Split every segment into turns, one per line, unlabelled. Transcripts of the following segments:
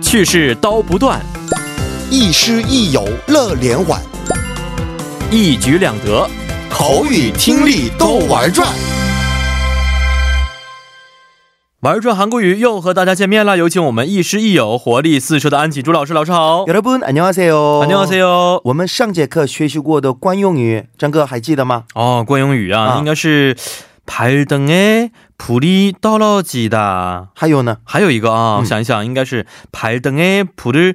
去世刀不断，
亦师亦友乐连环，
一举两得。
口语听力都玩转。
玩转韩国语又和大家见面了，有请我们亦师亦友、活力四射的安启珠老师。老师好，
여러분 안녕하세요.
안녕하세요。
我们上节课学习过的惯用语，张哥还记得吗？
哦，惯用语啊，
啊
应该是발등에불이떨어지다。
还有呢，
还有一个啊，我
嗯
想一想，应该是발등에불을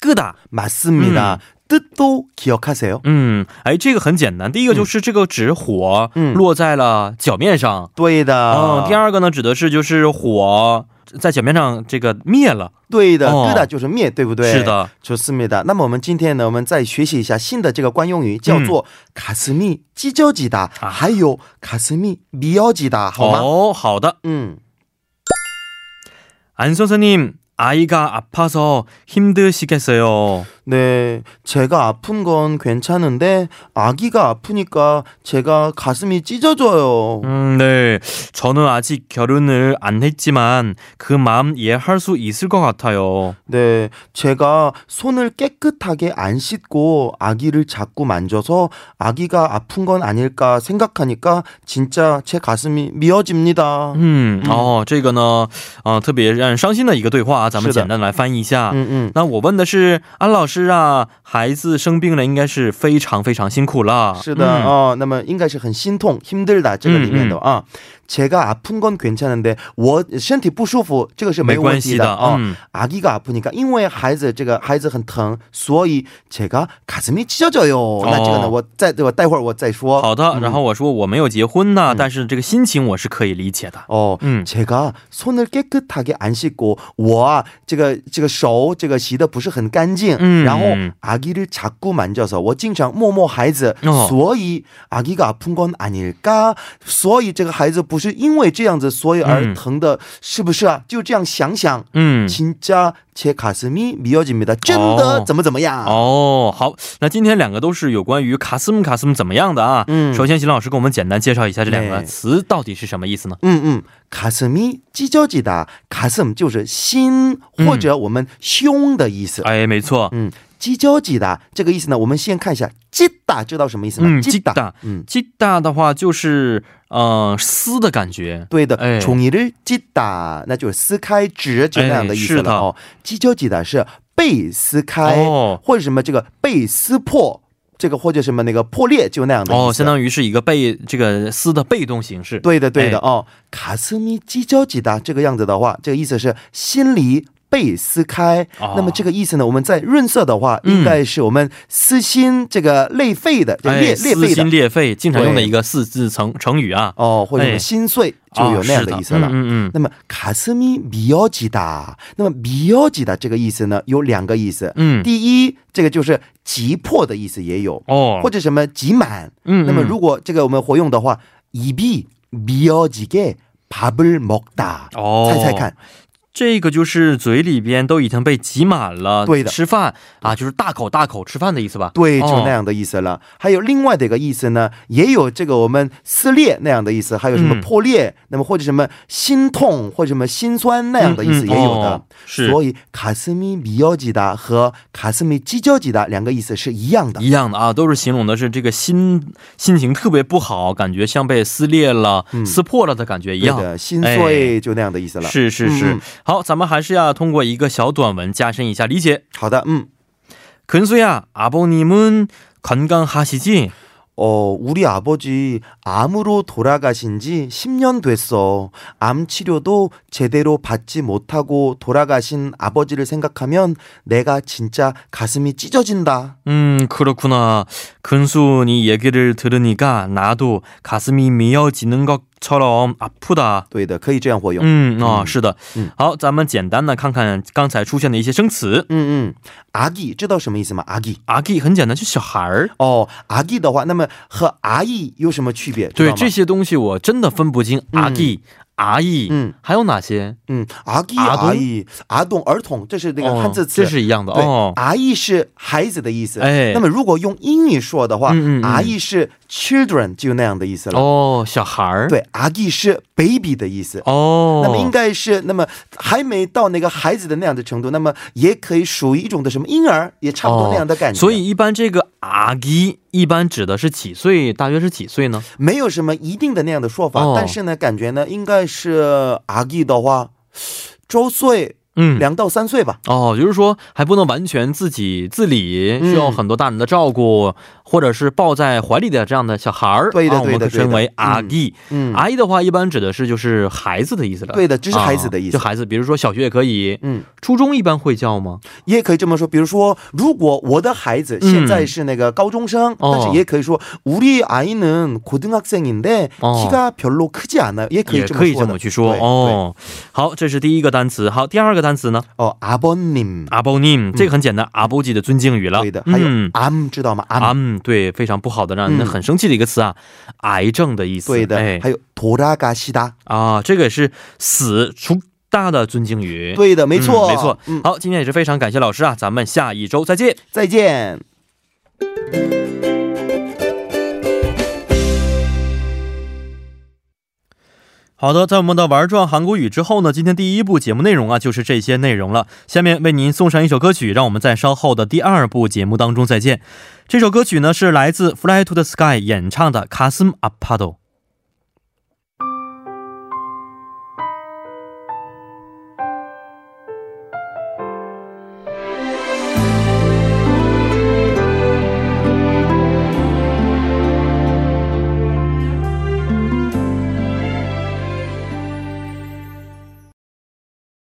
끄다。
맞습니다. 뜻도 기억하세요.
嗯，哎，这个很简单。第一个就是这个指火、
嗯
落在了脚面上，
对的。
嗯，第二个呢指的是就是火在脚面上这个灭了，
对的，
哦。
끄다就是灭，对不对？ 예,
是的，
좋습니다。那么我们今天呢，我们再学习一下新的这个惯用语，叫做 가슴이 찢어지다，
啊。
还有 가슴이 아. 미어지다， 好吗？
哦，好的，
음.
안 선생님 아이가 아파서 힘드시겠어요.
네, 제가 아픈 건 괜찮은데 아기가 아프니까 제가 가슴이 찢어져요.
음, 네. 저는 아직 결혼을 안 했지만 그 마음 이해할 수 있을 것 같아요.
네, 제가 손을 깨끗하게 안 씻고 아기를 자꾸 만져서 아기가 아픈 건 아닐까 생각하니까 진짜 제 가슴이 미어집니다.
嗯，
嗯
哦，这个呢，呃，特别让人伤心的一个对话啊，咱们
是的嗯
简单来翻译一下。
음, 음.
那我问的是安老师啊，孩子生病了，应该是非常非常辛苦了。嗯
是的， 어, 那么应该是很心痛, 힘들다,
嗯，嗯。
这个里面的, 아, 제가 아픈 건 괜찮은데, 我身体不舒服,这个是
没关系的。
啊。
嗯，
어, 아기가 아프니까 因为孩子这个孩子很疼，所以제가 가슴이 찢어져요. 뭐, 那这个呢，我再我待会儿我再说。
好的。然后我说我没有结婚呢，
哦嗯
但是这个心情我是可以理解的。
어,
음.
제가 손을 깨끗하게 안 씻고, 와, 这个这个手这个洗的不是很干净，
음.
然后 아기를 자꾸 만져서, 我经常摸摸孩子，
어.
所以 아기가 아픈 건 아닐까?
嗯。
所以这个孩子不是因为这样子，所以而疼的，是不是啊？就这样想想，
嗯，
진짜 제 가슴이 미어집니다. 真的怎么怎么样？
哦，好。那今天两个都是有关于卡斯姆卡斯姆怎么样的啊？
嗯
首先，邢老师给我们简单介绍一下这两个
네
词到底是什么意思呢？
嗯嗯，卡斯米鸡脚鸡的卡斯姆就是心
嗯
或者我们胸的意思。
哎，没错。
嗯，鸡脚鸡的这个意思呢，我们先看一下鸡打知道什么意思吗？
嗯
鸡打
鸡打
嗯，
鸡大的话就是，嗯、撕的感觉。
对的
哎，
从你的鸡打，那就是撕开纸就那样的意思
哎是的
了哦。鸡脚鸡的是被撕开，
哦
或者什么这个被撕破，这个或者什么那个破裂就那样的意
哦，
思
相。当于是一个被这个撕的被动形式。
对的，对
哎
的、哦。卡斯米鸡交吉达这个样子的话，这个意思是心里被撕开。
哦
那么这个意思呢，我们在润色的话，
嗯
应该是我们撕心这个裂肺的，这
哎，
裂裂
撕
肺
心
的
裂肺，经常用的
对
一个四字成成语啊，
哦，或者什
哎
么心碎，就有那样的意思了。
啊是的嗯嗯嗯
那么卡斯米比奥吉达，那么比奥吉达这个意思呢，有两个意思。
嗯，
第一，这个就是急迫的意思也有，
哦，
或者什么挤满。
嗯，嗯
那么如果这个我们活用的话，이비미어지게밥을먹다。
哦，
猜猜看，，
这个就是嘴里边都已经被挤满了，
对的
吃饭啊，就是大口大口吃饭的意思吧？
对，就
哦
那样的意思了。还有另外的一个意思呢，也有这个我们撕裂那样的意思，还有什么
嗯
破裂，那么或者什么心痛或者什么心酸那样的意思
嗯嗯
也有的。
哦是
所以卡斯米米奥吉达和卡斯米基焦吉达两个意思是一样的。
一样的啊，都是形容的是这个心心情特别不好，感觉像被撕裂了、撕破了的感觉一
嗯对
样。哎
的，心碎就那样的意思了。
是是是、
嗯嗯
好，咱们还是要通过一个小短文加深一下理解。
好的，嗯，
근수야, 아버님은 건강하시지?
어, 우리 아버지 암으로 돌아가신 지 10년 됐어. 암 치료도 제대로 받지 못하고 돌아가신 아버지를 생각하면 내가 진짜 가슴이 찢어진다.
음, 그렇구나. 근수 네 얘기를 들으니까 나도 가슴이 미어지는 것처럼 아프다.
对的,可以这样活用.
嗯啊、是的、
嗯
好，咱们简单的看看刚才出现的一些生词。
음, 음. 아기, 知道什么意思吗? 아기.
阿 K 很简单，就小孩儿。
어, 아기的话,那么和 아이 有什么区别?
对
知道吗？
这些东西我真的分不清阿 K、阿姨，
嗯
还有哪些？
음, 아기,
아동? 어,
아이, 아동, 儿童,这是那个
哦
汉字词。
这是一样的
对
哦。
阿姨是孩子的意思。
哎
那么如果用英语说的话，
嗯嗯嗯
阿姨是 children 就那样的意思了。
哦，小孩儿，，
对，阿弟是 baby 的意思。
哦，
那么应该是，那么还没到那个孩子的那样的程度，那么也可以属于一种的什么婴儿，也差不多那样的感
哦
觉。
所以一般这个阿基一般指的是几岁？大约是几岁呢？
没有什么一定的那样的说法，
哦
但是呢，感觉呢应该是阿弟的话，周岁
嗯，
两到三岁吧。
哦，就是说还不能完全自己自理，需要
嗯
很多大人的照顾，或者是抱在怀里的这样的小孩儿，
对的
啊我
对
们
的
可称
对的
为阿
嗯
基。
嗯，
阿姨的话一般指的是就是孩子的意思了。
对的，这是孩子的意思。
啊就孩子，比如说小学也可以，
嗯，
初中一般会叫吗？
也可以这么说，比如说，如果我的孩子现在是那个高中生，
哦
但是也可以说우리아이는고등학생인데
哦
키가별로크지않아요，也뭐可以
也
这
可
么
以
说
这
的 어。
么去说
对
哦。好，这是第一个单词。好，第二个单词呢？
对哦，阿伯님，
阿波님，这个很简单，阿波吉的尊敬语了。
嗯对的，还有
嗯
암知道吗？암， 음。
啊，嗯，对，非常不好的，让人
嗯
很生气的一个词啊，癌症的意思。
对的，
哎
还有돌아가시다，
啊，这个也是死除大的尊敬语。
对的， 네。 음， 没
嗯
错，
没错。
嗯，
好，今天也是非常感谢老师啊，咱们下一周再见。
再见。
好的，在我们的玩转韩国语之后呢，今天第一部节目内容啊，就是这些内容了。下面为您送上一首歌曲，让我们在稍后的第二部节目当中再见。这首歌曲呢是来自 Fly to the Sky 演唱的《Kasum Apado》。